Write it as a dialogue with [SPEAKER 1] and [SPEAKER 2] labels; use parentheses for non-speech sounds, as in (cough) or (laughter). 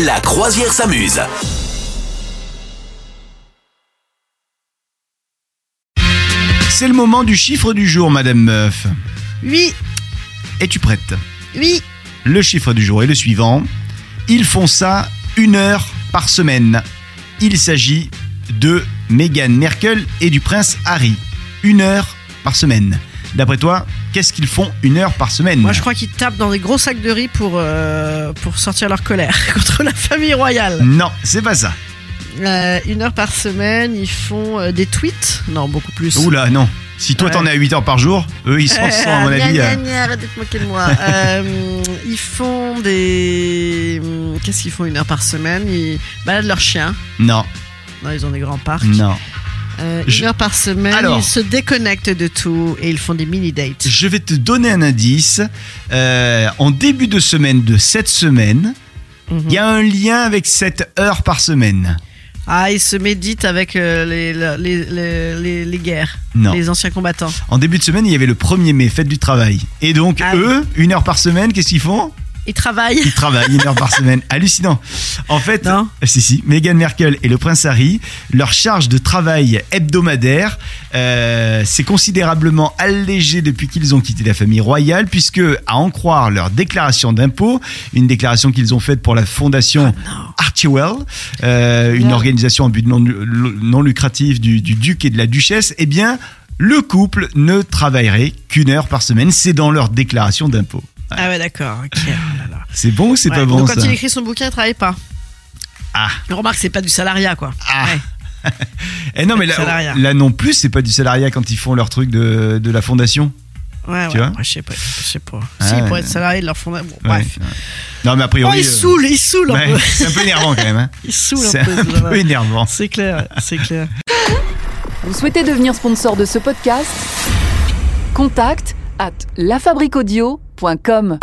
[SPEAKER 1] La croisière s'amuse.
[SPEAKER 2] C'est le moment du chiffre du jour, Madame Meuf.
[SPEAKER 3] Oui,
[SPEAKER 2] Es-tu prête
[SPEAKER 3] oui,
[SPEAKER 2] Le chiffre du jour est le suivant. Ils font ça une heure par semaine. Il s'agit de Meghan Merkel et du prince Harry. Une heure par semaine. D'après toi, qu'est-ce qu'ils font une heure par semaine
[SPEAKER 3] moi je crois qu'ils tapent dans des gros sacs de riz pour, euh, pour sortir leur colère (laughs) contre la famille royale.
[SPEAKER 2] Non, c'est pas ça. Mm.
[SPEAKER 3] Euh, une heure par semaine, ils font euh, des tweets. Non, beaucoup plus.
[SPEAKER 2] Oula, non. Si toi
[SPEAKER 3] Ouais.
[SPEAKER 2] t'en es à 8 heures par jour, eux ils
[SPEAKER 3] (laughs)
[SPEAKER 2] s'en
[SPEAKER 3] Euh,
[SPEAKER 2] sont, à mon
[SPEAKER 3] gna,
[SPEAKER 2] avis.
[SPEAKER 3] gna,
[SPEAKER 2] euh,
[SPEAKER 3] gna, arrêtez de moquer de
[SPEAKER 2] (laughs)
[SPEAKER 3] moi. Euh, ils font des. hum, Qu'est-ce qu'ils font une heure par semaine Ils baladent leurs chiens.
[SPEAKER 2] Non,
[SPEAKER 3] Non, ils ont des grands parcs.
[SPEAKER 2] non.
[SPEAKER 3] Euh,
[SPEAKER 2] Je-
[SPEAKER 3] Une heure par semaine,
[SPEAKER 2] Alors.
[SPEAKER 3] ils se déconnectent de tout et ils font des mini-dates.
[SPEAKER 2] Je vais te donner un indice. Euh, en début de semaine de cette semaine, il
[SPEAKER 3] Mhm.
[SPEAKER 2] y a un lien avec cette heure par semaine.
[SPEAKER 3] Ah, ils se méditent avec euh, les, la- les, les, les- les guerres,
[SPEAKER 2] Non.
[SPEAKER 3] les anciens combattants.
[SPEAKER 2] En début de semaine, il y avait le 1er mai, fête du travail. Et donc,
[SPEAKER 3] Ah oui.
[SPEAKER 2] eux, une heure par semaine, qu'est-ce qu'ils font
[SPEAKER 3] Ils
[SPEAKER 2] (laughs)
[SPEAKER 3] travaillent.
[SPEAKER 2] Ils travaillent une heure par semaine. Hallucinant. En fait,
[SPEAKER 3] Non.
[SPEAKER 2] Ah, si, si, Meghan Merkel et le prince Harry, leur charge de travail hebdomadaire euh, s'est considérablement allégée depuis qu'ils ont quitté la famille royale, puisque, à en croire leur déclaration d'impôt, une déclaration qu'ils ont faite pour la fondation Archewell, euh, une
[SPEAKER 3] Oh, Non.
[SPEAKER 2] organisation en but non, non lucratif du, du duc et de la duchesse, eh bien, le couple ne travaillerait qu'une heure par semaine. C'est dans leur déclaration d'impôt.
[SPEAKER 3] Ah ouais, d'accord. ok. Oh là là.
[SPEAKER 2] C'est bon ou c'est
[SPEAKER 3] Ouais,
[SPEAKER 2] pas bon
[SPEAKER 3] Donc
[SPEAKER 2] ça
[SPEAKER 3] quand il écrit son bouquin, il travaille pas.
[SPEAKER 2] Ah.
[SPEAKER 3] Remarque, c'est pas du salariat, quoi.
[SPEAKER 2] Ah.
[SPEAKER 3] Ouais.
[SPEAKER 2] Eh non, mais
[SPEAKER 3] Du
[SPEAKER 2] là,
[SPEAKER 3] salariat.
[SPEAKER 2] là non plus, c'est pas du salariat quand ils font leur truc de, de la fondation.
[SPEAKER 3] Ouais,
[SPEAKER 2] Tu
[SPEAKER 3] ouais,
[SPEAKER 2] vois
[SPEAKER 3] ouais, je sais pas. Je sais pas.
[SPEAKER 2] Ah,
[SPEAKER 3] si, ils
[SPEAKER 2] ouais.
[SPEAKER 3] pourraient être salariés de leur fondation. Bon, bref.
[SPEAKER 2] Ouais, ouais. Non, mais a
[SPEAKER 3] Oh,
[SPEAKER 2] priori.
[SPEAKER 3] ils
[SPEAKER 2] euh,
[SPEAKER 3] saoulent, ils saoulent un
[SPEAKER 2] ouais,
[SPEAKER 3] peu.
[SPEAKER 2] c'est un peu énervant quand même. hein.
[SPEAKER 3] Ils saoulent
[SPEAKER 2] C'est
[SPEAKER 3] un peu.
[SPEAKER 2] un
[SPEAKER 3] ce genre-là.
[SPEAKER 2] peu énervant.
[SPEAKER 3] C'est clair, c'est clair.
[SPEAKER 4] Vous souhaitez devenir sponsor de ce podcast Contact à lafabriquaudio.com.